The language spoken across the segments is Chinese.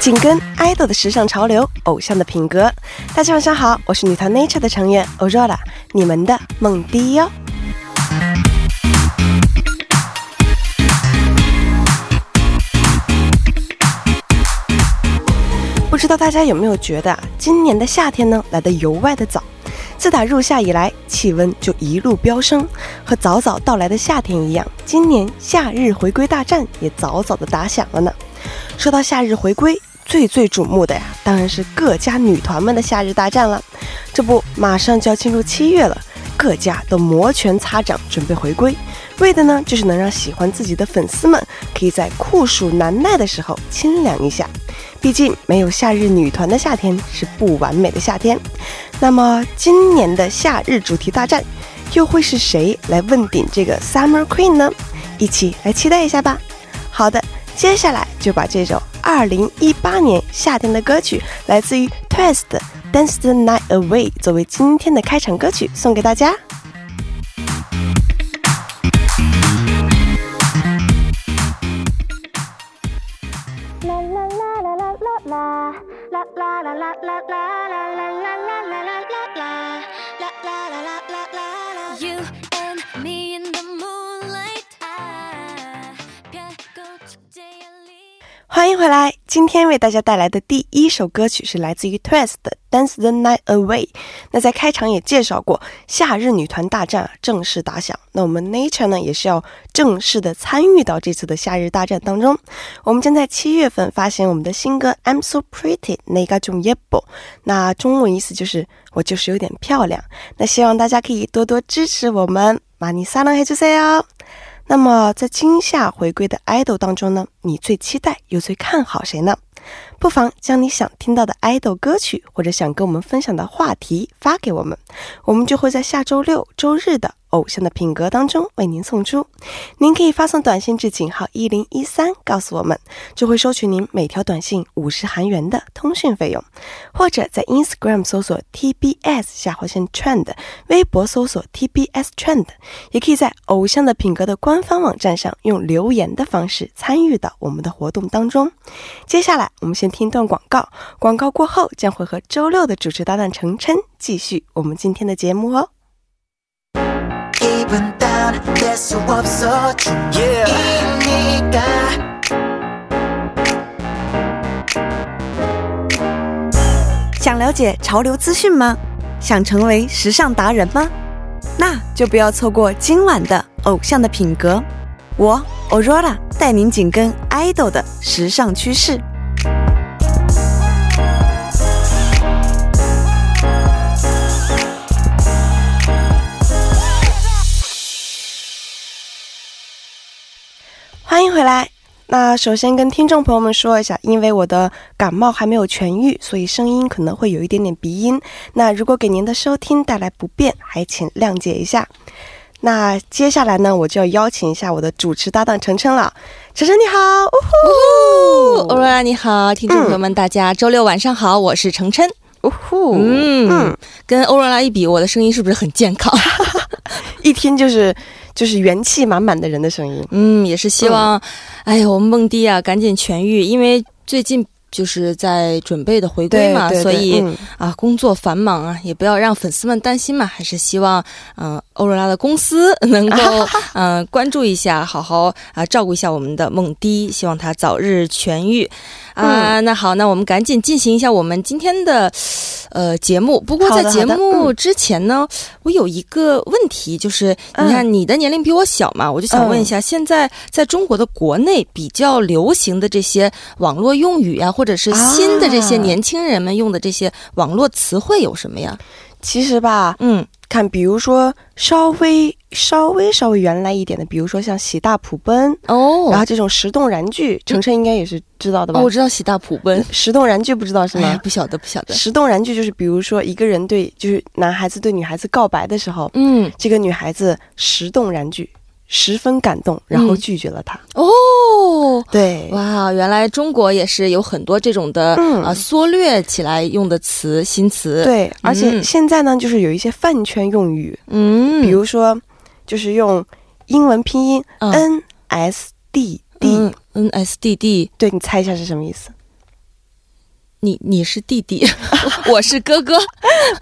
紧跟 idol 的时尚潮流，偶像的品格。大家晚上好，我是女团 Nature 的成员 Aurora，你们的梦迪哟。不知道大家有没有觉得啊，今年的夏天呢来得尤外的早。自打入夏以来，气温就一路飙升，和早早到来的夏天一样，今年夏日回归大战也早早的打响了呢。说到夏日回归，最最瞩目的呀，当然是各家女团们的夏日大战了。这不，马上就要进入七月了，各家都摩拳擦掌准备回归，为的呢就是能让喜欢自己的粉丝们可以在酷暑难耐的时候清凉一下。毕竟没有夏日女团的夏天是不完美的夏天。那么今年的夏日主题大战，又会是谁来问鼎这个 Summer Queen 呢？一起来期待一下吧。好的，接下来就把这首2018年夏天的歌曲，来自于 Twist 的《Dance the Night Away》作为今天的开场歌曲送给大家。 You and me in the moonlight. 아, 펴고 축제열리.欢迎回来！今天为大家带来的第一首歌曲是来自于 Twist 的《Dance the Night Away》。那在开场也介绍过，夏日女团大战啊正式打响。那我们 Nature 呢也是要正式的参与到这次的夏日大战当中。我们将在七月份发行我们的新歌《I'm So Pretty》那个种 y e b o 那中文意思就是我就是有点漂亮。那希望大家可以多多支持我们，马尼撒浪嘿주세요。那哦么，在今夏回归的 idol 当中呢，你最期待又最看好谁呢？不妨将你想听到的 idol 歌曲，或者想跟我们分享的话题发给我们，我们就会在下周六、周日的《偶像的品格》当中为您送出。您可以发送短信至井号一零一三，告诉我们，就会收取您每条短信五十韩元的通讯费用，或者在 Instagram 搜索 TBS 下划线 Trend，微博搜索 TBS Trend，也可以在《偶像的品格》的官方网站上用留言的方式参与到我们的活动当中。接下来，我们先听一段广告，广告过后将会和周六的主持搭档程琛继续我们今天的节目哦。 기분 다운될 수 없어 중이니까 想了解潮流资讯吗？想成为时尚达人吗？那就不要错过今晚的《偶像的品格》，我 Aurora 带您紧跟 idol 的时尚趋势。欢迎回来。那首先跟听众朋友们说一下，因为我的感冒还没有痊愈，所以声音可能会有一点点鼻音。那如果给您的收听带来不便，还请谅解一下。那接下来呢，我就要邀请一下我的主持搭档程程了。程程你好，呜呼，欧若拉你好，听众朋友们，大家周六晚上好，我是程琛。呜呼，嗯，嗯跟欧若拉一比，我的声音是不是很健康？一听就是就是元气满满的人的声音。嗯，也是希望，哎呦，梦迪啊，赶紧痊愈，因为最近就是在准备的回归嘛，所以、嗯啊，工作繁忙啊，也不要让粉丝们担心嘛，还是希望，嗯、欧若拉的公司能 够，嗯、关注一下，好好啊、照顾一下我们的梦迪，希望他早日痊愈。啊、嗯那好，那我们赶紧进行一下我们今天的，呃，节目。不过好的嗯在节好的目之前呢，我有一个问题，就是嗯你看你的年龄比我小嘛，我就想问一下，现在在中国的国内比较流行的这些网络用语啊，或者是新的这些啊年轻人们用的这些网络词汇有什么呀？其实吧，嗯，看，比如说稍微稍微稍微原来一点的，比如说像喜大普奔，哦然后这种石动燃具，程程应该也是知道的吧？哦，我知道喜大普奔，石动燃具不知道是哎呀吗，？不晓得，不晓得。石动燃具就是比如说一个人对，就是男孩子对女孩子告白的时候，嗯，这个女孩子石动燃具，十分感动，然嗯后拒绝了他。哦。对，哇，原来中国也是有很多这种的、嗯啊缩略起来用的词新词。，对，而且嗯现在呢，就是有一些饭圈用语，嗯，比如说就是用英文拼音嗯 N S D D，嗯 N S D D 对你猜一下是什么意思？ 你你是弟弟， 我是哥哥。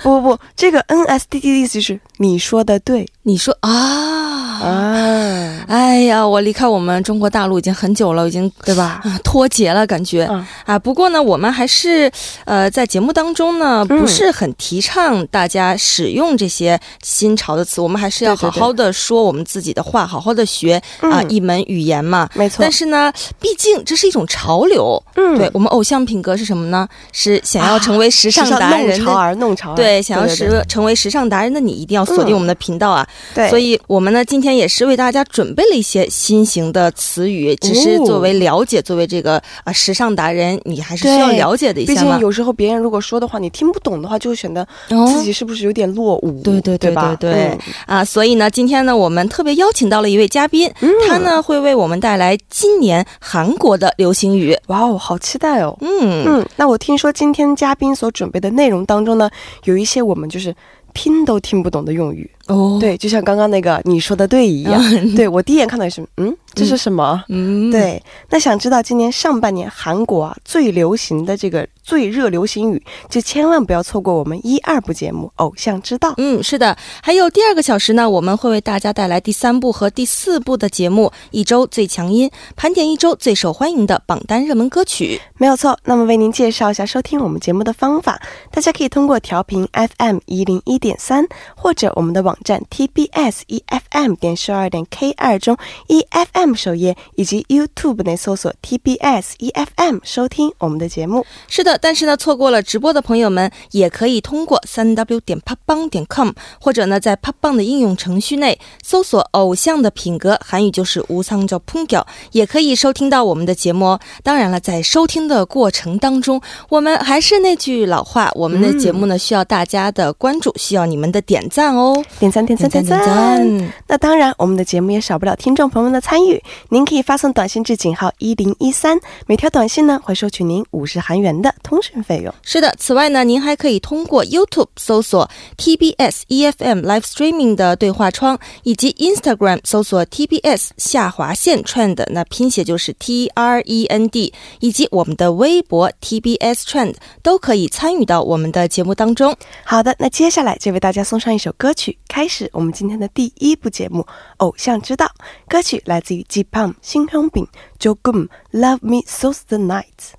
不不不，这个 N S D D 的意思就是你说的对你说啊，啊，哎呀，我离开我们中国大陆已经很久了，已经对 吧？啊脱节了，感觉嗯啊。不过呢，我们还是呃在节目当中呢，嗯不是很提倡大家使用这些新潮的词，我们还是要对对好对好的说我们自己的话，好好的学啊嗯一门语言嘛。没错但，是呢，毕竟这是一种潮流，嗯对我们偶像品格是什么呢？是想要成为时时尚达人弄的潮儿，弄潮儿，对，想要对对时成为时尚达人的你，一定要锁定嗯我们的频道啊！对，所以我们呢，今天也是为大家准备了一些新型的词语，只是作为了解，作为这个啊、呃时尚达人，你还是需要对了解的一毕下竟嘛。有时候别人如果说的话，你听不懂的话，就会显得自己是不是有点落伍？对对对对吧对对啊，所以呢，今天呢，我们特别邀请到了一位嘉宾，嗯他呢会为我们带来今年韩国的流行语。哇哦，好期待哦！嗯，嗯，那我听说今天嘉宾所准备的内容当中呢，有一些我们就是听都听不懂的用语。哦，对，就像刚刚那个你说的对一样，对我第一眼看到也是，嗯，这是什么？嗯，对，那想知道今年上半年韩国啊最流行的这个最热流行语，就千万不要错过我们一二部节目《偶像之道》。嗯，是的，还有第二个小时呢，我们会为大家带来第三部和第四部的节目《一周最强音》，盘点一周最受欢迎的榜单热门歌曲。没有错，那么为您介绍一下收听我们节目的方法，大家可以通过调频 FM 一零一点三，或者我们的网站 TBS EFM E 点十二点 K 二中 EFM 首页，以及 YouTube 内搜索 TBS EFM E 收听我们的节目。是的，但是呢，错过了直播的朋友们，也可以通过三 w 点 p o p b a n g 点 com，或者呢，在 p o p b a n g 的应用程序内搜索“偶像的品格”，韩语就是“无상적朋友”，也可以收听到我们的节目哦。当然了，在收听的过程当中，我们还是那句老话，我们的节目呢、需要大家的关注，需要你们的点赞哦。点赞点赞点赞！赞！那当然，我们的节目也少不了听众朋友们的参与。您可以发送短信至井号一零一三，每条短信呢会收取您五十韩元的通讯费用。是的，此外呢，您还可以通过 YouTube 搜索 TBS EFM E Live Streaming 的对话窗，以及 Instagram 搜索 TBS 下划线 Trend，那拼写就是 T R E N D，以及我们的微博 TBS Trend 都可以参与到我们的节目当中。好的，那接下来就为大家送上一首歌曲，开始我们今天的第一部节目《偶像之道》。歌曲来自于 G Pump 新胸饼 j o g u m Love Me So The Night。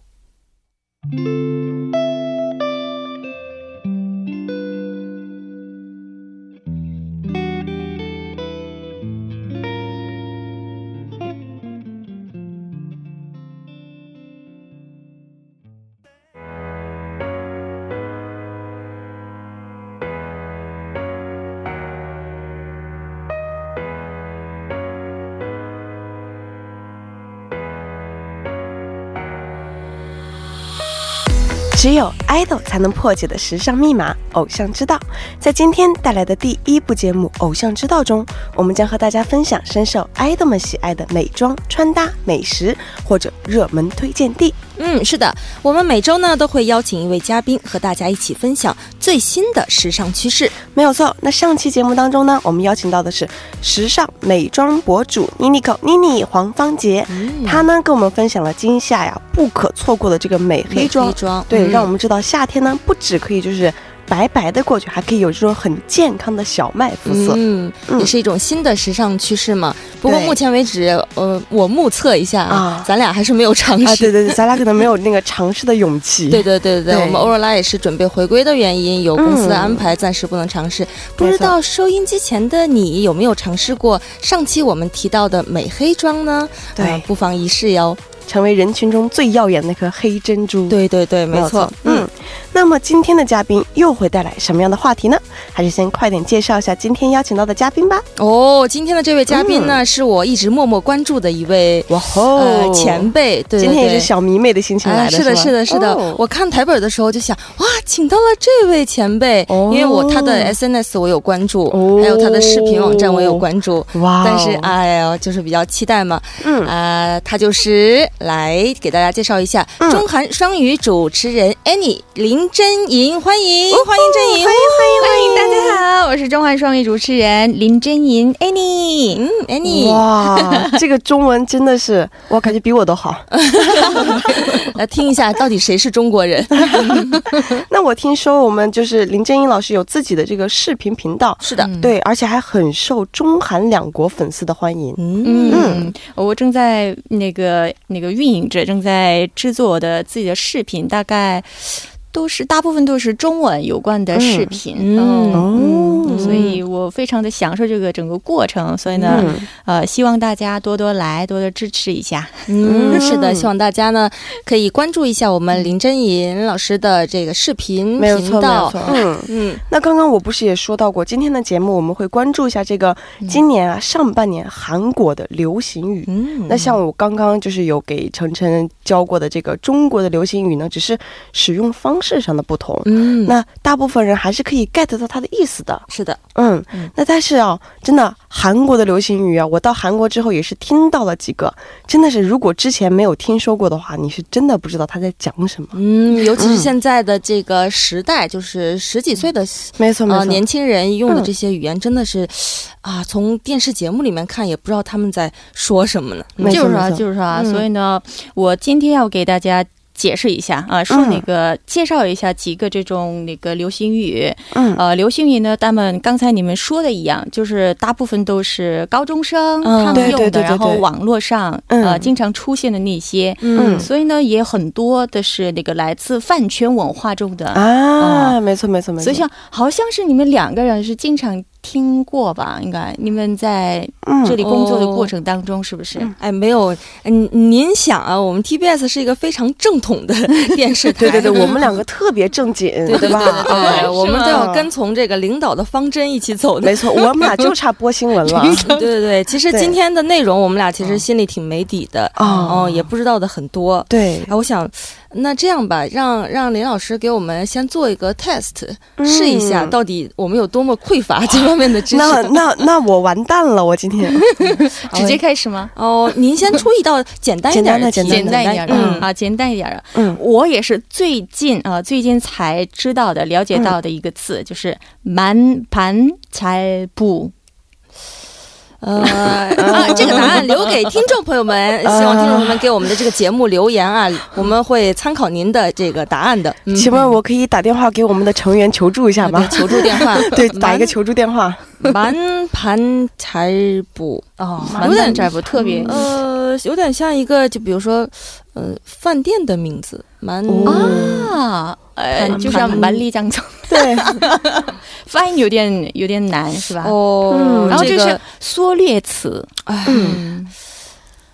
只有 idol 才能破解的时尚密码《偶像之道》，在今天带来的第一部节目《偶像之道》中，我们将和大家分享深受 idol 们喜爱的美妆、穿搭、美食或者热门推荐地。嗯，是的，我们每周呢都会邀请一位嘉宾和大家一起分享最新的时尚趋势。没有错。那上期节目当中呢，我们邀请到的是时尚美妆博主 Nico 妮妮黄芳杰，嗯她呢跟我们分享了今夏呀不可错过的这个美黑妆，美黑妆对，嗯让我们知道夏天呢不只可以就是白白的过去，还可以有这种很健康的小麦肤色。嗯，也是一种新的时尚趋势嘛。不过对目前为止，呃，我目测一下啊啊，咱俩还嗯是没有尝啊，对试。对对，咱俩可能没有那个尝试的勇气。 对对对对对，对我们欧若拉也是准备回归的原因，有公司的嗯安排，暂时不能尝试。不没知错道收音机前的你有没有尝试过上期我们提到的美黑妆呢？对啊不妨一试哟。成为人群中最耀眼那颗黑珍珠。对对对，没没有错错，。嗯，那么今天的嘉宾又会带来什么样的话题呢？还是先快点介绍一下今天邀请到的嘉宾吧。哦，今天的这位嘉宾嗯呢，是我一直默默关注的一位哇吼呃前辈，对对哦对，今天也是小迷妹的心情来啊，的，是的，吧是的，是的。哦我看台本的时候就想，哇，请到了这位前辈，哦因为我他的 SNS 我有关注，哦还有他的视频网站我有关注。哇哦，但是，哎呀，就是比较期待嘛。嗯啊、他就是来给大家介绍一下、嗯中韩双语主持人 Annie 林真莹，欢迎哦欢迎真莹，欢迎大家好，我是中华双语主持人林真莹 Annie。嗯，Annie，哇， 这个中文真的是，我感觉比我都好。来听一下到底谁是中 国人？嗯那我听说我们就是林正英老师有自己的这个视频频道，是的，对，而且还很受中韩两国粉丝的欢迎。嗯，嗯，我正在那个那个运营着，正在制作我的自己的视频，大概都是大部分都是中文有关的视频。嗯嗯哦所以我非常的享受这个整个过程，所以呢，嗯呃，希望大家多多来，多多支持一下。嗯，是的，希望大家呢可以关注一下我们林真莹老师的这个视频嗯没有错，频没有道错。。嗯，嗯，那刚刚我不是也说到过，今天的节目我们会关注一下这个今年啊上半年韩国的流行语。嗯那像我刚刚就是有给晨晨教过的这个中国的流行语呢，只是使用方式上的不同。嗯，那大部分人还是可以 get 到它的意思的。是的，嗯，那但是啊，真的韩国的流行语啊，我到韩国之后也是听到了几个，真的是如果之前没有听说过的话，你是真的不知道他在讲什么。嗯，尤其是现在的这个时代，就是十几岁的嗯没错没嗯呃错，年轻人用的嗯这些语言，真的是啊，从电视节目里面看也不知道他们在说什么呢。没错就是啊，没错就是啊，嗯所以呢，我今天要给大家解释一下啊，说嗯那个、介绍一下几个这种那个流行语。嗯呃，流行语呢，他们刚才你们说的一样，就是大部分都是高中生、嗯他对们用的，对对对然后对网络上、嗯呃经常出现的那些。嗯所以呢，也很多的是那个来自饭圈文化中呃的，哦啊，没错没错没错。所以像好像是你们两个人是经常听过吧？应该你们在嗯这里工作的哦过程当中，是不是？哎，没有，嗯，您想啊，我们 TBS 是一个非常正统的 电视台， 对对对，我们两啊个特别正经， 对对对吧？对对，我们都要吗跟从这个领导的方针一起走的没。错，我们俩就差播新闻 了。对对对，其实对嗯今天的内容我们俩其实心里挺没底的，哦哦，也不知道的很多。对，哎，我想，那这样吧，让让林老师给我们先做一个 test，、试嗯一下到底我们有多么匮乏这方面的知 识。哦那那那我完蛋了，我今天直接开始吗？ 哦，您先出一道简单一点的题，简单简单一点的、嗯啊，简单一点的。嗯我也是最近啊、呃最近才知道的、了解到的一个词，就是满盘财布。嗯呃，啊，这个答案留给听众朋 友们，希望听众啊朋友们给我们的这个节目留言啊，我们会参考您的这个答案的。嗯请问我可以打电话给我们的成员求助一下吗？，求助电话 对，打一个求助电话。 满盘财布哦，有满点盘财布特别。呃，有点像一个，就比如说，呃，饭店的名字，蛮啊，呃，盘就像盘蛮力张总，对，发音有点有点难，是吧？哦，嗯然后这就个是嗯缩略词，哎，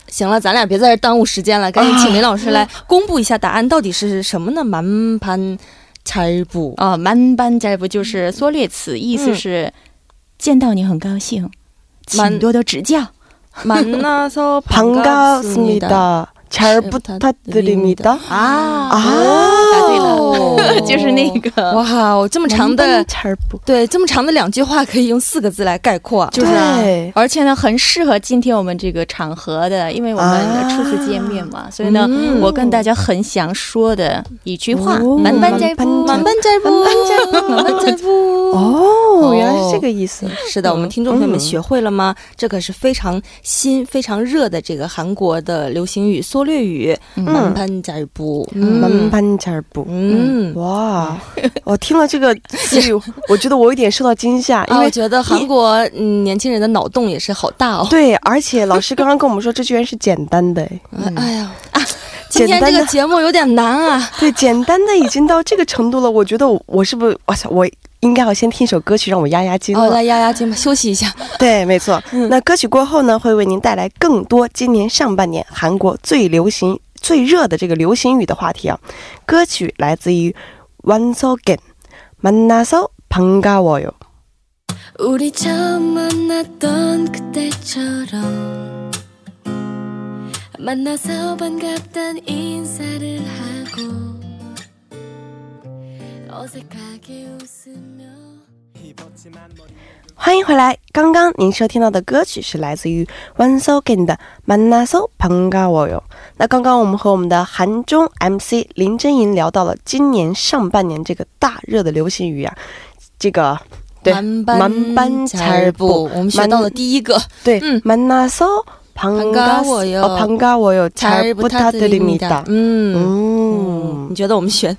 行了，咱俩别在这耽误时间了，赶紧请林老师啊来公布一下答案，到底是什么呢？满盘财布。啊，满班摘不就是缩略词，意思是见到你很高兴，蛮请多多指教。满那艘 반갑습니다. 잘 잘 부탁드립니다.啊嗯答对了 就是那个哇哦，这么长的对这么长的两句话可以用四个字来概括，就是啊对而且呢，很适合今天我们这个场合的，因为我啊们初次见面嘛，所以呢，嗯我跟大家很想说的一句话哦，满班摘不，满满班盘摘布，满盘摘布。哦，嗯原来哦是这个意思。是的，我们听众朋友们学会了吗？这可是非常新、非常热的这个韩国的流行语缩略语“嗯满盘摘布”。慢慢点儿补。嗯， 哇，我听了这个词语，我觉得我有点受到惊吓，因啊，我为觉得韩国嗯年轻人的脑洞也是好大哦。对，而且老师刚刚跟我们说，这居然是简单的，哎哎呀，今天这简单个的节目有点难 啊。对，简单的已经到这个程度了，我觉得我我是不是，哇塞，我应该要先听首歌曲让我压压惊哦，了。来压压惊吧，休息一下。对，没错。那歌曲过后呢，会为您带来更多今年上半年韩国最流行、最热的这个流行语的话题啊。歌曲来自于 One So Gen，만나서반가워요。 우리 처음 만났던 그때처럼 만나서 반갑단 인사를 하고 어색하게 웃으며 欢迎回来，刚刚您收听到的歌曲是来自于 One So g e n 的《Manaso Pangawoyo》。那刚刚我们和我们的韩中 MC 林真莹聊到了今年上半年这个大热的流行语啊，这个对满班才不，我们学到了第一个对嗯 Manaso Pangawoyo 반가워요. 어 Pangawoyo 잘 잘 부탁드립니다.嗯嗯嗯，你觉得我们学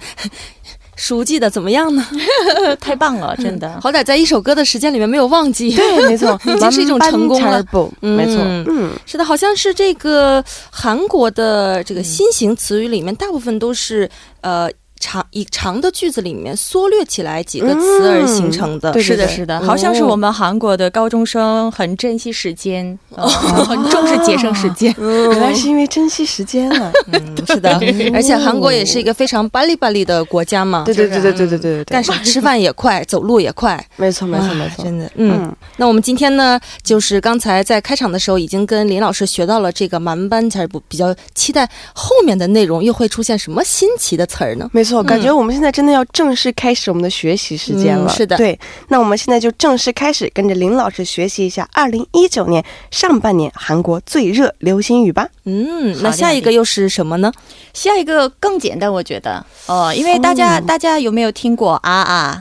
熟记的怎么样呢？ 太棒了，真的。好歹在一首歌的时间里面没有忘记。对，没 错，已经是一种成功만반了잘부 嗯没错，嗯，是的，好像是这个韩国的这个新型词语里面，大部分都是呃长以长的句子里面缩略起来几个词而形成的。嗯对 是的，对是的，哦好像是我们韩国的高中生很珍惜时 间，呃很重视节省时间。哦原来是因为珍惜时间 啊。嗯是的，而且韩国也是一个非常巴里巴里的国家嘛，对对对嗯对对对对对干对，什么吃饭也快，走路也快。没错 没错啊没错，真的，嗯。嗯那我们今天呢，就是刚才在开场的时候已经跟林老师学到了这个蛮班词儿，不比较期待后面的内容又会出现什么新奇的词儿呢？没错，感觉我们现在真的要正式开始我们的学习时间了。嗯是的对，那我们现在就正式开始跟着林老师学习一下二零一九年上半年韩国最热流行语吧。嗯，好那的下一个又是什么呢？ 下一个更简单，我觉得，哦，因为大家、大家有没有听过啊啊，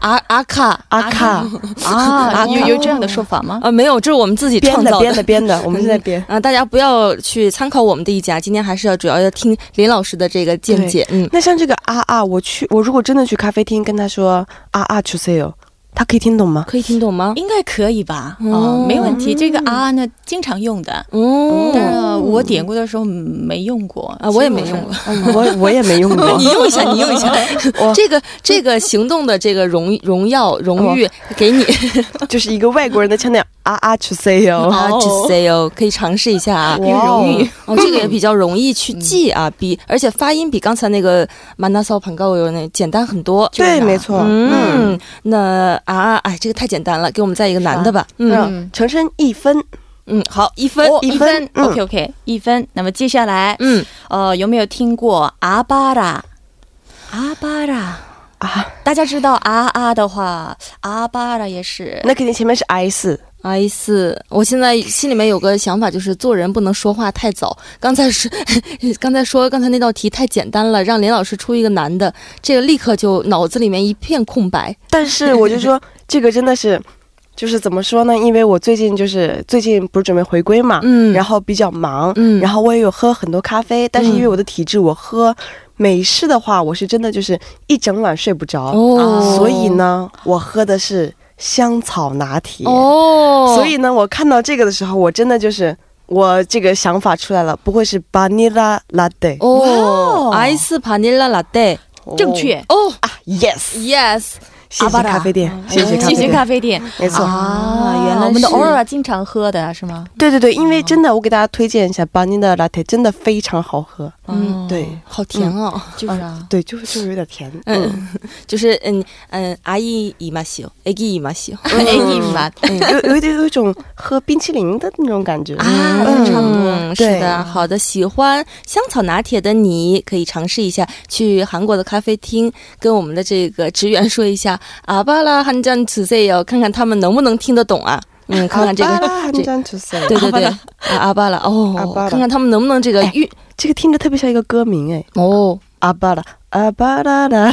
阿阿卡阿卡 啊，啊有有这样的说法吗？啊，没有，这是我们自 己编创的造编的编的，我们现在编。 啊，大家不要去参考我们的意见啊，今天还是要主要要听林老师的这个见解。嗯，那像这个啊啊，我去，我如果真的去咖啡厅跟他说啊啊 c h u s e o 他可以听懂吗？可以听懂吗？应该可以吧？啊、哦没问题。这个啊啊呢，经常用的，哦但是我点过的时候没用过嗯啊，我也没用。过。我我也没用过 你。用一下，你用 一下，这个这个行动的这个荣荣耀荣哦誉给你就是一个外国人的腔调，啊啊去 say 哦。啊 j u s e o 可以尝试一下啊。荣誉 哦，这个也比较容易去记啊，比而且发音比刚才那个曼达骚捧高有那简单很多。对，没错。嗯，嗯，那啊，哎，这个太简单了，给我们再一个难的吧。嗯嗯，乘称一分，嗯，好，一分。哦，一一分分嗯，OK OK，一分。那么接下来，嗯，呃，有没有听过阿巴拉？阿巴拉啊，大家知道啊啊的话，阿巴拉也嗯是那肯定前面是 i 四。 i 啊四，我现在心里面有个想法，就是做人不能说话太早。刚才是， 刚才说刚才那道题太简单了，让林老师出一个难的，这个立刻就脑子里面一片空白。但是我就说这个真的是，就是怎么说呢？因为我最近就是最近不是准备回归嘛，嗯然后比较忙，嗯然后我也有喝很多咖啡，但是因为我的体质，我喝美式的话，我是真的就是一整晚睡不着，啊哦所以呢，我喝的是香草拿铁。哦，所以呢，我看到这个的时候，我真的就是我这个想法出来了，不会是 vanilla latte 哦，i 四 vanilla latte。正确。哦啊？Yes， ，yes，谢谢咖啡店，嗯谢谢咖谢啡谢店，咖啡店没错。啊原来是我们的 Aurora 经常喝的是吗？对对对，因为真的，我给大家推荐一下 vanilla latte，真的非常好喝。嗯，对，好甜哦，嗯就是啊，对，就是就是有点甜。嗯， 嗯，就是嗯嗯，阿姨姨妈喜，阿姨姨妈喜，哎，你妈嗯有有一点有一种喝冰淇淋的那种感觉。啊，嗯差不多。嗯，对是的，好的，喜欢香草拿铁的你可以尝试一下，去韩国的咖啡厅跟我们的这个职员说一下阿巴拉汉江主塞哟，看看他们能不能听得懂啊。 嗯，看看这啊巴个，拉这汉江 juice 对对对，啊阿巴拉阿巴哦拉，看看他们能不能这个哎运这个听着特别像一个歌名哎，哦，阿巴拉阿巴拉拉拉，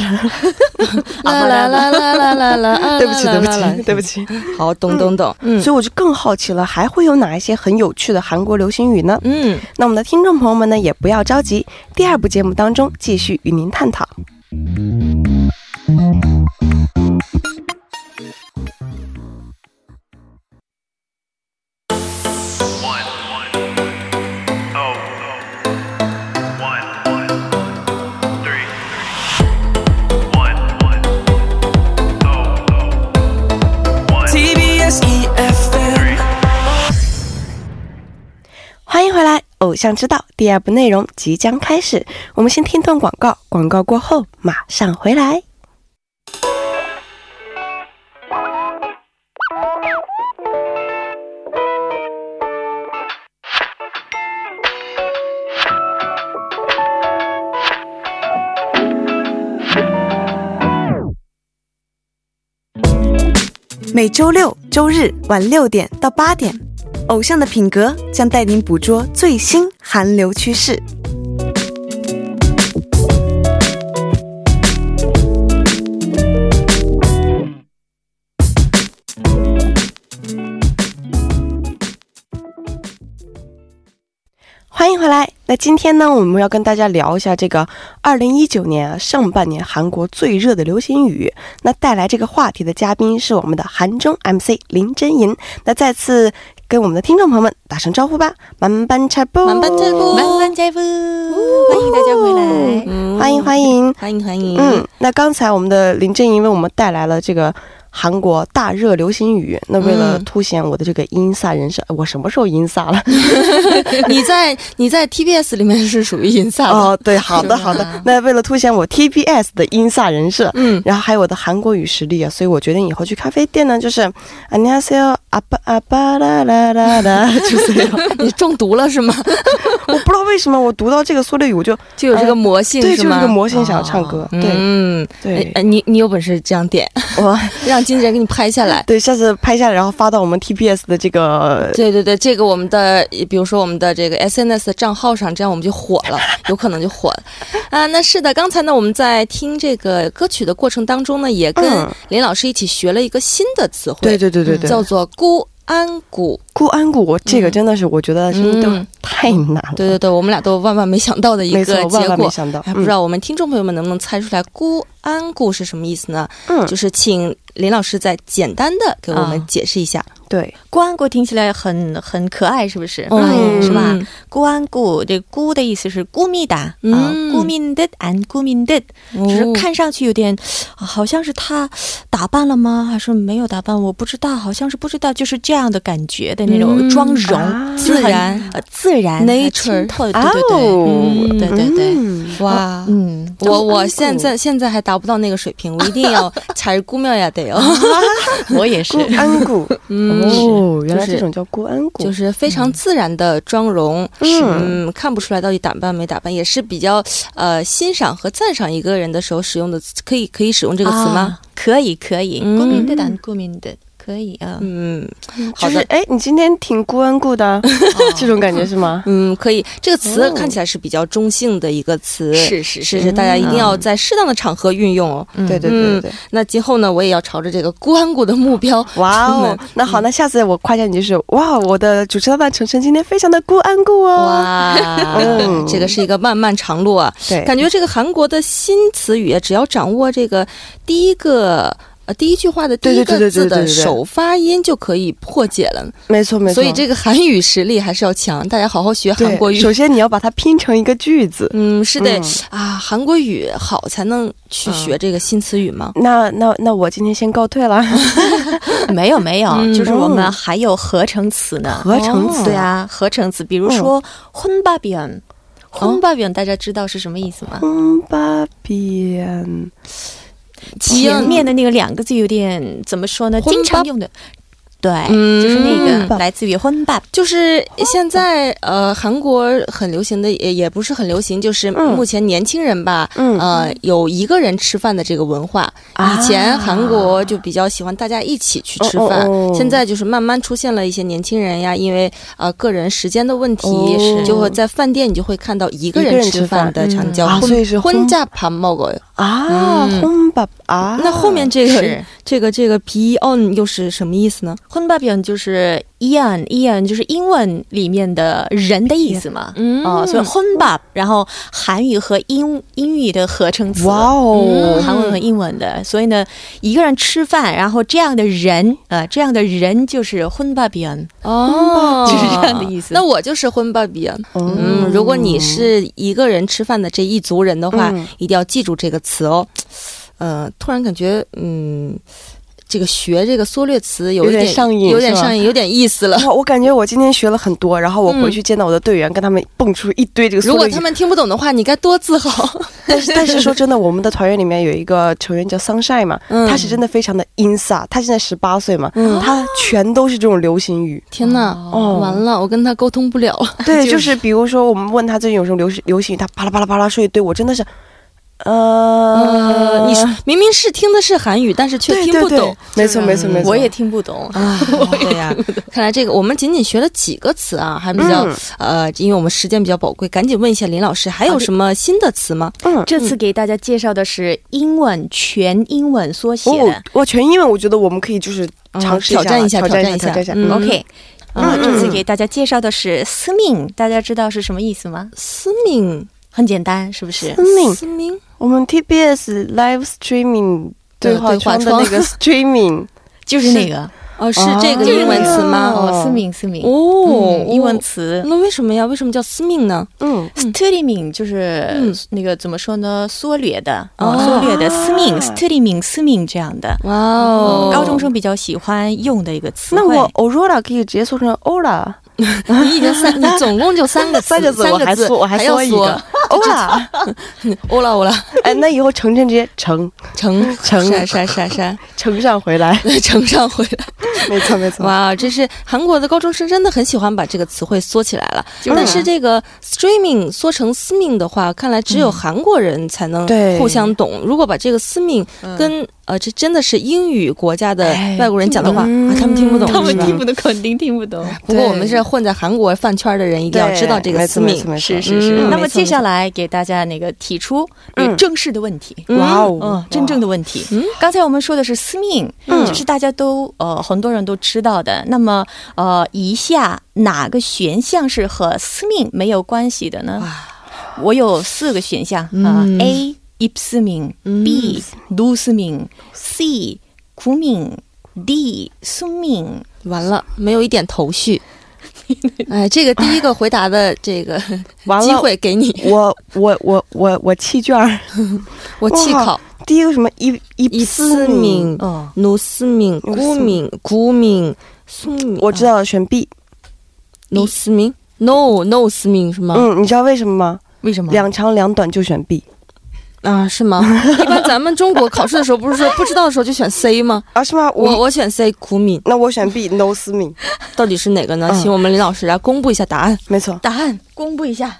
啦啦啦啦啦啦啦，嗯对不起对不啦啦啦起对不起。好，懂懂懂，嗯所以我就更好奇了，还会有哪一些很有趣的韩国流行语呢？嗯。那我们的听众朋友们呢，也不要着急，第二部节目当中继续与您探讨。 TBS EFM 欢迎回来，偶像之道》第二部内容即将开始，我们先听段广告，广告过后马上回来。每周六、周日晚六点到八点，《偶像的品格》将带您捕捉最新韩流趋势。欢迎回来。那今天呢，我们要跟大家聊一下这个二零一九年啊上半年韩国最热的流行语。那带来这个话题的嘉宾是我们的韩中 MC 林真银。那再次跟我们的听众朋友们打声招呼吧，满班拆布，慢慢这步，慢慢这步，欢迎大家回来。嗯欢迎欢迎。欢迎欢迎，嗯，那刚才我们的林正英为我们带来了这个韩国大热流行语。那为了嗯凸显我的这个音萨人设，我什么时候音萨了？ 你在你在 TBS 里面是属于银萨 的，哦，对，好的是吧好的。那为了凸显我 TBS 的音萨人设，嗯，然后还有我的韩国语实力啊，所以我决定以后去咖啡店呢，就是안녕하세요阿巴阿巴啦啦啦啦， 就是这样。你中毒了是吗？我不知道为什么我读到这个缩略语，我就呃就有这个魔性、对，是就是吗？个魔性想要唱歌。对嗯，哎对，哎你你有本事这 样点，我让经纪人给你拍下来。 对下次拍下来，然后发到我们 TBS 的这个对对对，这个我们的，比如说我们的这个 SNS 的账号上，这样我们就火 了，有可能就火了。啊，那是的，刚才呢，我们在听这个歌曲的过程当中呢，也跟嗯林老师一起学了一个新的词汇，对对对对对，叫做孤安谷。固安谷，我这个真的是我觉得真的嗯太难了，对对对，我们俩都万万没想到的一没个错，我结果。哎万万没想到，还不知道我们听众朋友们能不能猜出来“孤安固”是什么意思呢？嗯就是请林老师再简单的给我啊们解释一下。嗯对，孤安谷听起来很很可爱，是不是？嗯是吧？嗯孤安谷这孤的意思是孤密达啊，嗯哦孤民的安孤民的，只是看上去有点，啊好像是他打扮了吗？还是没有打扮？我不知道，好像是不知道，就是这样的感觉的那种嗯妆容，啊就是很自然、呃自然、 Nature 清透，对对对，哦嗯对对对，嗯哇。嗯，我我现在现在还达不到那个水平，我一定 要才是姑庙呀得啊哦，我也是固。安 谷，哦，原来就是这种叫固安谷，就是是非嗯常自然的妆容，嗯嗯，看不出来到底打扮没打扮，也是比较呃欣赏和赞赏一个人的时候使用的，可以可以使用这个词吗？啊？可以，可以，嗯顾名的但顾名的，可以啊。嗯，就好是的，哦哎，你今天挺固安固 的，啊这种感觉是吗？嗯，可以。这个词哦看起来是比较中性的一个词，是是嗯是是，大家一定嗯要在适当的场合运用哦。对对对对对，那今后呢，我也要朝着这个关谷的目标。哇出哦门，那好，那下次我夸奖你就是哇，我的主持搭档晨晨今天非常的固安固哦，哇，嗯 这个是一个漫漫长路啊！对，感觉这个韩国的新词语，啊只要掌握这个第一个呃第一句话的第一对对对个对字对对的对对首发音，就可以破解了。没错没错，所以这个韩语实力还是要强，大家好好学对韩国语。首先你要把它拼成一个句子，嗯，是得、嗯啊，韩国语好才能去学这个新词语吗？那那那我今天先告退了。 没有没有，嗯就是我们还有合成词呢。合成词对啊，合成词，比如说“혼밥이연”，“혼밥이연”，大家知道是什么意思吗？红巴边，前面的那个两个字有点怎么说呢？ 혼밥 经常用的，对，嗯就是那 혼밥 个来自于“혼밥 就是现在，呃，韩国很流行的，也也不是很流行，就是嗯目前年轻人吧，嗯啊呃，有一个人吃饭的这个文化。以前韩国就比较喜欢大家一起去吃饭，哦哦哦现在就是慢慢出现了一些年轻人呀，因为呃个人时间的问题，哦是就会在饭店你就会看到一个一个人人吃吃饭的饭场景，叫啊所以是婚婚嫁盘먹어요。啊，红巴啊，那后面这个是这个这个 p E on 又是什么意思呢？”，“ 혼밥이연”就是“이연”，“이연”就是英文里面的人的意思嘛。嗯哦，所以“혼밥”，然后韩语和英英语的合成词。哇哦嗯，韩文和英文的，所以呢，一个人吃饭，然后这样的人，呃，这样的人就是婚巴比恩，嗯哦，就是这样的意思那我就是婚爸比啊。哦嗯，如果你是一个人吃饭的这一族人的话，嗯一定要记住这个词哦。呃，突然感觉，嗯，这个学这个缩略词有一有点点上瘾有点是吧上瘾，有点意思了。哇，我感觉我今天学了很多，然后我回去见到我的队员，跟他们蹦出一堆这个 嗯如缩果略他语。们听不懂的话，你该多自豪。但 是但是说真的，我们的团员里面有一个成员叫桑晒嘛，嗯他是真的非常的 insa，他现在十八岁嘛，他全都是这种流行 语。天哪，哦完了，我跟他沟通不了。对，就是比如说我们问他最近有什么流行流行语，他巴拉巴拉巴拉说一堆，我真的是，呃，呃，你说明明是听的是韩语，但是却对听对不对懂。没错没错没错，嗯我也听不懂。啊， 对呀、看来这个我们仅仅学了几个词啊，还比较、嗯呃，因为我们时间比较宝贵，赶紧问一下林老师，还有什么新的词吗？嗯。这次给大家介绍的是英文全英文缩写的哦，哇，全英文，我觉得我们可以就是尝试嗯挑战一下，下，挑挑战一挑战一下。嗯、 OK，啊、嗯这次给大家介绍的是司命，大家知道是什么意思吗？司命，很简单，是不是？司命，司命，我们 TBS live streaming 对对话对话窗的窗那个 streaming，就是那个哦，是这个英文词吗？哦哦，司命，司命，哦嗯，英文词。那为什么呀？为什么叫司命呢？嗯， Streaming 就是嗯那个怎么说呢？缩略的，啊哦缩略的司命，streaming 司命这样的，哇哦，高中生比较喜欢用的一个词汇。那我 Aurora 可以直接缩成 Ora，你已经三，你总共就三个词， 三个字我还缩我还要缩一 个 Ora，欧了欧了，哎，那以后晨晨直接乘乘乘闪闪闪 闪，乘上回来， 乘上回来。没错没错，哇，这是韩国的高中生真的很喜欢把这个词汇缩起来了。啊但是这个 streaming 缩成私命的话，看来只有韩国人才能嗯对嗯互相懂。如果把这个私命跟、呃，这真的是英语国家的哎外国人讲的话，听不懂嗯啊他们听不懂，他们是吧听不懂，肯定听不懂。不过我们是混在韩国饭圈的人，一定要对知道这个没私错没命错。没错，是是是。嗯那么没错接下来给大家那个提出呃嗯正式的问题。嗯哇哦，嗯，真正的问题。嗯刚才我们说的是司命，嗯就是大家都呃很多人都知道的。那么呃，以下哪个选项是和司命没有关系的呢？我有四个选项啊、嗯 a 입스민、B 嗯 노스민、C 구민、D 수민。完了，没有一点头 绪。哎，这个第一个回答的这个完了机会给你，我我我我我弃卷儿，我弃考。第一个什么一以一思名，明、哦奴思明、孤明、孤明、苏明，我知道了，选 B。奴思明，no no 思明是吗？嗯，你知道为什么吗？为什么？两长两短就选 B 啊，是吗？ 一般咱们中国考试的时候，不是说不知道的时候就选 C 吗？啊？是吗？我我我选 C，苦敏那我选 B，no 思敏，到底是哪个呢？嗯请我们林老师来公布一下答案。没错。答案公布一下，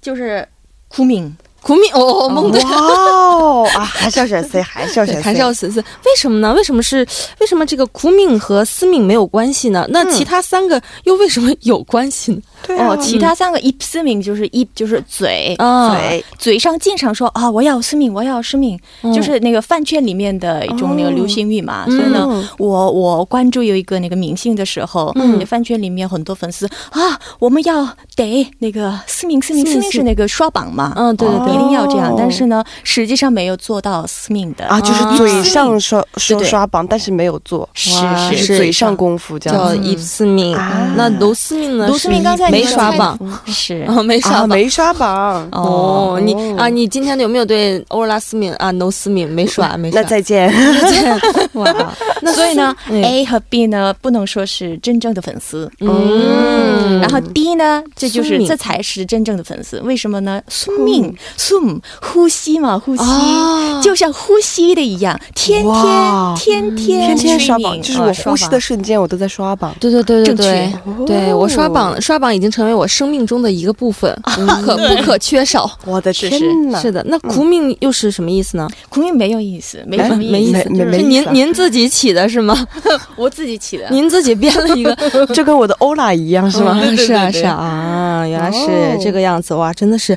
就是구민。苦敏，哦，蒙对，哇哦啊，还是要选 C，还嗯是要选 C，还是要选 C，为什么呢？为什么是为什么这个苦敏和思敏没有关系呢？嗯那其他三个又为什么有关系呢？对啊哦，其他三个입스민就是입就是嘴啊嘴嘴上经常说啊，我要私命，我要私命，嗯就是那个饭圈里面的一种那个流行语嘛。嗯所以呢，我我关注有一个那个明星的时候，嗯饭圈里面很多粉丝啊，我们要得那个私命，私命，私私命命是那个刷榜嘛，嗯对对对一定要这样哦。但是呢，实际上没有做到私命的啊，就是嘴上说说嗯对对刷榜，但是没有做，哇是是是嘴上功夫这样叫子。以思明啊，那卢思明呢？卢思明刚才你没们刷猜榜，是啊，没刷啊，榜，没刷榜，哦，你哦啊，你今天有没有对欧若拉斯敏啊、no 斯敏没刷没刷？那再见。 哇，那所以呢嗯，A 和 B 呢，不能说是真正的粉丝。嗯，然后 D 呢，这就宿是命这才是真正的粉丝。为什么呢？宿命，宿命，呼吸嘛，呼吸、哦就像呼吸的一样，天哇天天天嗯天天刷催榜，命就是啊我刷呼吸的榜瞬间，我都在刷榜。对对对对正对确，哦对我刷榜刷榜已经成为我生命中的一个 部分，可不可缺少？我的嗯是天哪！是的，那苦命又是什么意思呢？苦命没有意思，哎没什么没意意思，思就是没是意思您啊您自己起的是吗？ 我自己起的。您自己编了一个就跟我的欧拉一样，是吗？嗯是啊是啊啊，原来哦是这个样子哇，真的是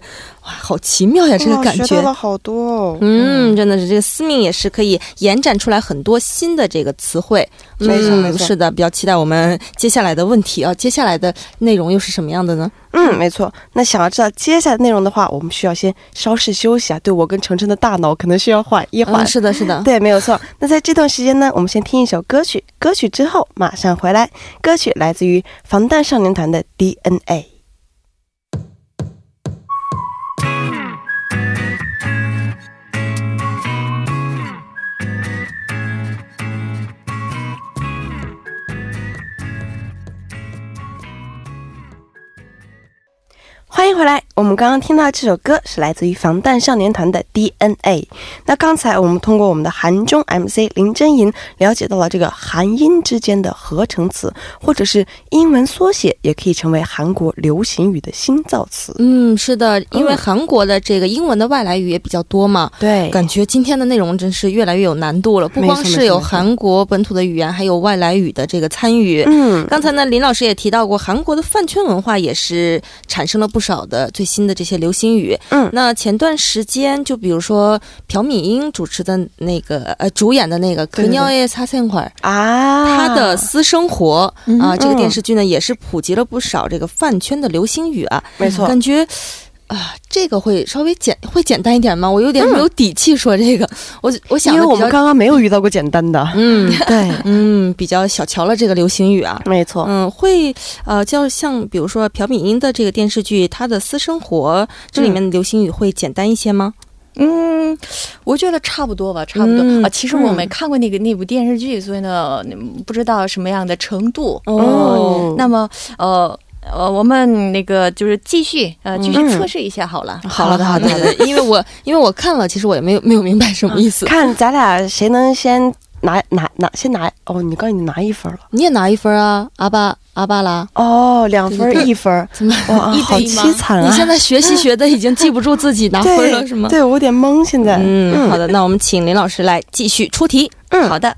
哇，好奇妙呀，这个哇感学觉到。了好多哦。嗯，真的是这个司命也是可以延展出来很多新的这个词汇。没错没嗯，错是的，比较期待我们接下来的问题啊，接下来的内容又是什么样的呢？嗯，没错。那想要知道接下来内容的话，我们需要先稍事休息啊。对我跟程程的大脑可能需要缓一缓。嗯，是的，是的。对，没有错。那在这段时间呢，我们先听一首歌曲，歌曲之后马上回来。歌曲来自于防弹少年团的 DNA。欢迎回来！我们刚刚听到这首歌是来自于防弹少年团的 DNA。那刚才我们通过我们的韩中 MC 林真莹了解到了这个韩英之间的合成词，或者是英文缩写，也可以成为韩国流行语的新造词。嗯，是的，因为韩国的这个英文的外来语也比较多嘛，对感觉今天的内容真是越来越有难度了，不没错光没是错有没错韩国本土的语言，还有外来语的这个参与。嗯，刚才呢，林老师也提到过，韩国的饭圈文化也是产生了不少的最新的这些流行语。嗯那前段时间，就比如说朴敏英主持的那个呃主演的那个《可对对对鸟也擦线块》，啊，她的私生活嗯啊，这个嗯电视剧呢也是普及了不少这个饭圈的流行语啊。没错，感觉啊，这个会稍微简会简单一点吗？我有点没有底气说这个，我我想因的为我比们较刚刚没有遇到过简单的。嗯对，嗯比较小瞧了这个流行语啊。 没错，嗯，会呃，就像比如说朴敏英的这个电视剧，她的私生活这里面的流行语会简单一些吗？嗯，我觉得差不多吧，差不多、嗯啊。其实我没嗯看过那个那部电视剧，所以呢，嗯不知道什么样的程度。哦，嗯那么，呃。呃，我们那个就是继续，呃，继续测试一下好了。嗯好了好的，好的，因为我因为我看了，其实我也没有没有明白什么意思。看咱俩谁能先拿拿拿先拿哦，你刚才你拿一分了你也拿一分啊，阿巴阿巴拉，哦，两分对对对一分，怎么？哇，一好对一吗凄惨啊！你现在学习学的已经记不住自己拿分了是吗？对，我有点懵，现在。嗯，好的，那我们请林老师来继续出题。嗯好的。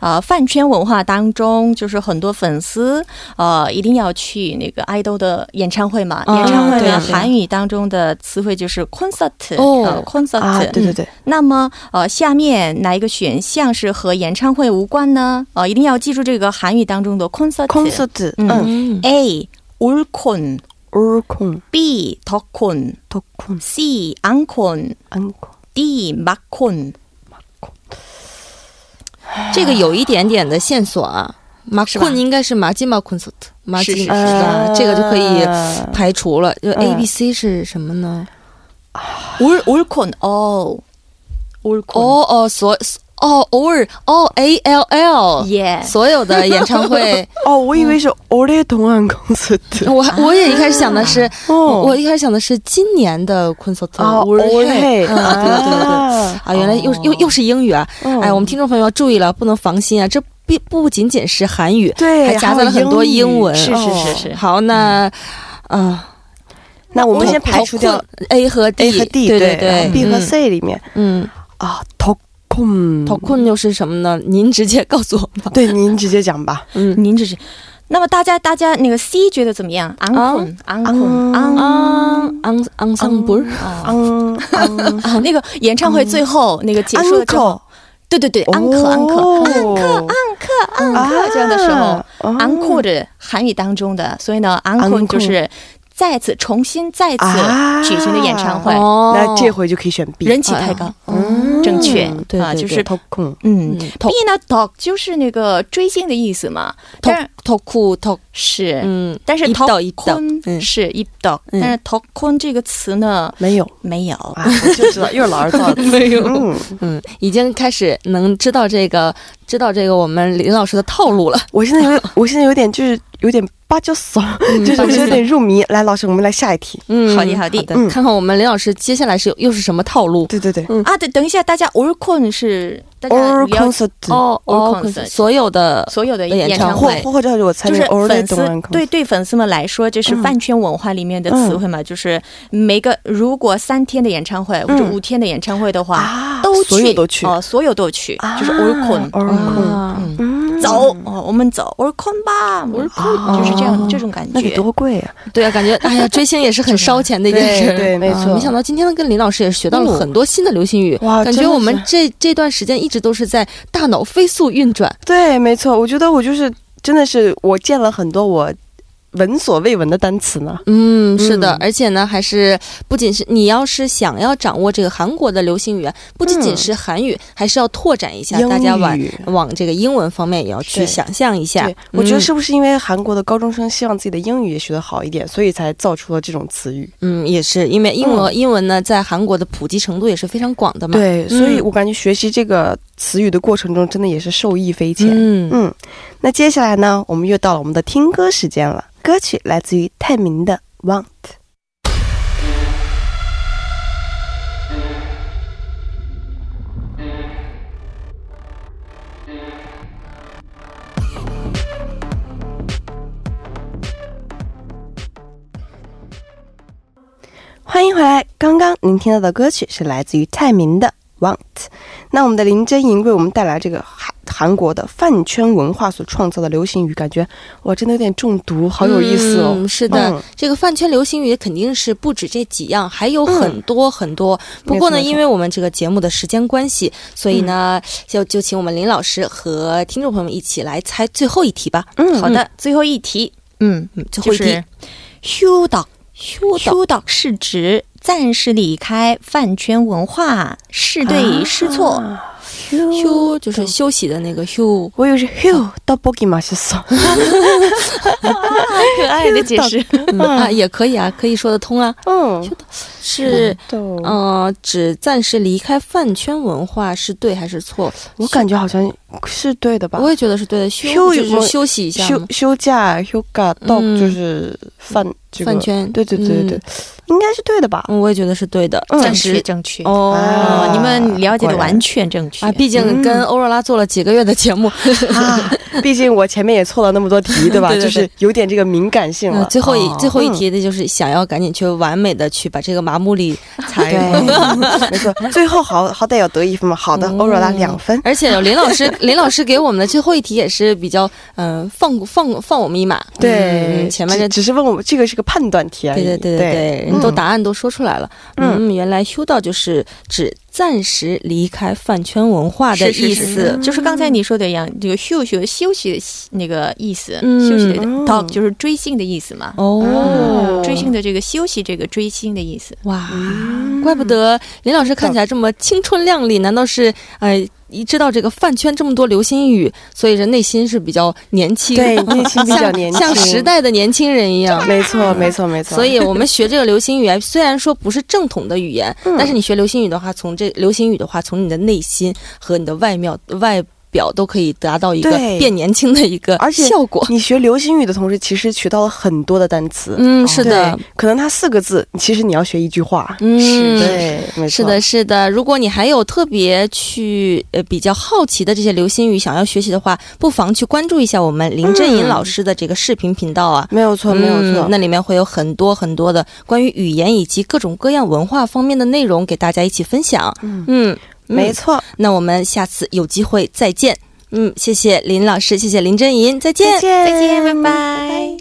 呃，饭圈文化当中，就是很多粉丝，呃，一定要去那个爱豆的演唱会嘛。啊演唱会对啊呢，对啊韩语当中的词汇就是 concert，哦呃，concert。啊，对对对，那么，呃，下面哪一个选项是和演唱会无关呢？呃，一定要记住这个韩语当中的 concert。空色子，嗯嗯，嗯 A. 울콘 乌空 B. 덕콘 托空 C. 앙콘 安空， D. 마콘 哎这个有一点点的线索啊。马是吧困应该是马吉马困索特，马吉是是吧？这个就可以排除了。就嗯 A B C 是什么呢？ 울 울콘 어 울콘 哦哦，所哦偶尔哦 A L L， 예 所有的演唱 会，哦，我以为是欧雷同安空色 子，我我也一开始想的是，哦，我一开始想的是今年的困索特哦，欧雷，嗯对对对对。啊，原来又是又又是英语啊！对哦哎，我们听众朋友要注意了，不能防心啊！这不不仅仅是韩语，对还夹杂了很多英文。还有英语是是是哦好，那呃，那我我们先排除掉 A 和 D， A 和 D，对对对，B 和 C 里面嗯，啊，托空，头困又是什么呢？您直接告诉我吧。对，您直接讲吧。嗯，您这是。那么大家，大家那个 C 觉得怎么样？昂哦坤，昂坤，昂昂昂昂桑布啊！嗯，嗯啊那个演唱会最后那个结束了之后，对对对，昂克昂哦克克昂克这样的时候，昂哦啊哦克的韩语当中的，所以呢，昂坤 uncle 就是再次重新再次啊举行的演唱会，哦那这回就可以选 B，人气太高，嗯正确对啊，对就是掏空嗯嗯，B 呢，dog 就是那个追星的意思嘛，头但是头裤头是嗯，但是一道一道 덕콘 嗯是一道，嗯但是 덕콘 这个词呢没有没有。啊，我就知道 又是老师造的。没有嗯，嗯，已经开始能知道这个知道这个我们林老师的套路了。我现在有，我现在有点就是有点八九怂，就是我有点入迷。来，老师，我们来下一题。嗯，好的好的嗯看看我们林老师接下来是有又是什么套路？对对对 啊，对，等一下，大家 orcon 是大家，Or 了 concert，哦哦 哦， concert 所有的所有的演演唱唱会或会。或者我猜就是 Or 粉 d o 丝 n 对对粉丝们来说，这是嗯饭圈文化里面的词汇嘛？就是每个如果三天的演唱会或者五天的演唱会的话，嗯啊，都所有都去，啊哦，所有都去，就是 orcon Orcon，啊嗯嗯，哦走哦，我们走 orcon 吧，orcon 就是这样这种感那得觉。多贵啊！对啊，感觉哎呀，追星也是很烧钱的一件事。对对没啊错没想到今天跟林老师也是学到了很多新的流行语，嗯哇感真觉的我们是这这段时间一直都是在大脑飞速运转。对，没错，我觉得我就是真的是我见了很多我闻所未闻的单词呢。嗯，是的，嗯而且呢，还是不仅是你要是想要掌握这个韩国的流行语，不仅仅嗯是韩语，还是要拓展一下英，语大家往往这个英文方面也要去对想象一下对。，我觉得嗯是不是因为韩国的高中生希望自己的英语也学得好一点，所以才造出了这种词语？嗯，也是因为英文、英文呢，在韩国的普及程度也是非常广的嘛。，对，所以嗯我感觉学习这个词语的过程中，真的也是受益匪浅。嗯，嗯，那接下来呢，我们又到了我们的听歌时间了。歌曲来自于泰民的《Want》。欢迎回来。刚刚您听到的歌曲是来自于蔡明的《Want》。那我们的林真莹为我们带来这个韩韩国的饭圈文化所创造的流行语，感觉哇，真的有点中毒，好有意思哦。嗯、是的、嗯这个饭圈流行语肯定是不止这几样，还有很多很多。不过呢，嗯没错嗯因为我们这个节目的时间关系，所以呢，就就请我们林老师和听众朋友们一起来猜最后一题吧。嗯好的，最后一题，嗯，嗯，最后就一题是，修导，修修导是指暂时离开饭圈文化，是对是错。嗯修就是休息的那个休，啊我以为是 Hugh 到 b o g i 马西索，可爱的解释，嗯啊，也可以啊，可以说得通啊，嗯，是。逗嗯，只暂时离开饭圈文化是对还是错？我感觉好像是对的吧？我也觉得是对的。休休就是有休息一下嘛休休假 Huga dog 嗯就是饭这个饭嗯圈对对对对对，嗯应该是对的吧？嗯，我也觉得是对的。嗯正确正确。哦啊哦，你们了解果的然完全正确 啊，毕竟跟欧若拉做了几个月的节目，啊，毕竟我前面也错了那么多 题，对吧？对对对就是有点这个敏感性嗯了。最后一哦最后一题的就是想要赶紧去完美的去把这个麻木里对裁。，没错，最后好好歹要得一分嘛。好的，嗯欧若拉两分。而且林老师，林老师给我们的最后一题也是比较，嗯、放放放我们一马。对，嗯前面只这，只是问我这个是个判断题而已。对对对嗯对对对，人都答案都说出来了。嗯，原来修道就是指暂时离开饭圈文化的意思。就是刚才你说的一样，这个休学休息的那个意思，嗯休息的嗯 talk 就是追星的意思嘛。哦，哦追星的这个休息，这个追星的意思。哇，嗯怪不得林老师看起来这么青春靓丽，难道是哎？一知道这个饭圈这么多流行语，所以人内心是比较年轻，对内心比较年轻像像时代的年轻人一样。没错没错没错。所以我们学这个流行语啊，虽然说不是正统的语言，嗯但是你学流行语的话，从这流行语的话，从你的内心和你的外貌外表都可以达到一个对变年轻的一个而且哦效果。你学流行语的同时，其实学到了很多的单词。嗯，是的对，，可能它四个字，其实你要学一句话。嗯，对，没错。是的，，是的。如果你还有特别去呃比较好奇的这些流行语想要学习的话，不妨去关注一下我们林正银老师的这个视频频道啊。没有错，没有错。嗯那里面会有很多很多的关于语言以及各种各样文化方面的内容给大家一起分享。嗯嗯，没错。那我们下次有机会再见。嗯，谢谢林老师，谢谢林正银，再见。见，再见，拜拜。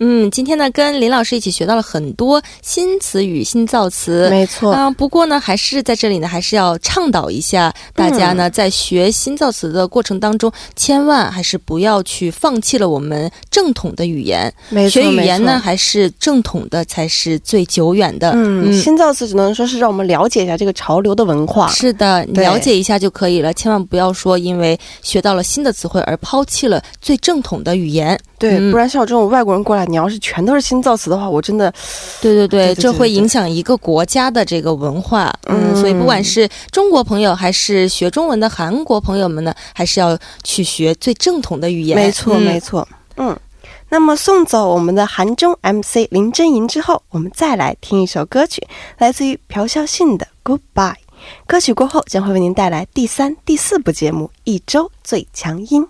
嗯，今天呢，跟林老师一起学到了很多新词语、新造词。没错，啊、不过呢，还是在这里呢，还是要倡导一下大家嗯呢，在学新造词的过程当中，千万还是不要去放弃了我们正统的语言。没错，学语没言呢，错。还是正统的才是最久远的。嗯，新造词只能说是让我们了解一下这个潮流的文化。啊是的，对了解一下就可以了，千万不要说因为学到了新的词汇而抛弃了最正统的语言。对，嗯不然像我这种外国人过来，你要是全都是新造词的话，我真的对对对对对，对这会影响一个国家的这个文化。嗯嗯，所以不管是中国朋友还是学中文的韩国朋友们呢，还是要去学最正统的语言。没错，嗯没错。嗯，那么送走我们的韩中 MC 林真莹之后，我们再来听一首歌曲，来自于朴孝信的《Goodbye》。歌曲过后，将会为您带来第三、第四部节目《一周最强音》。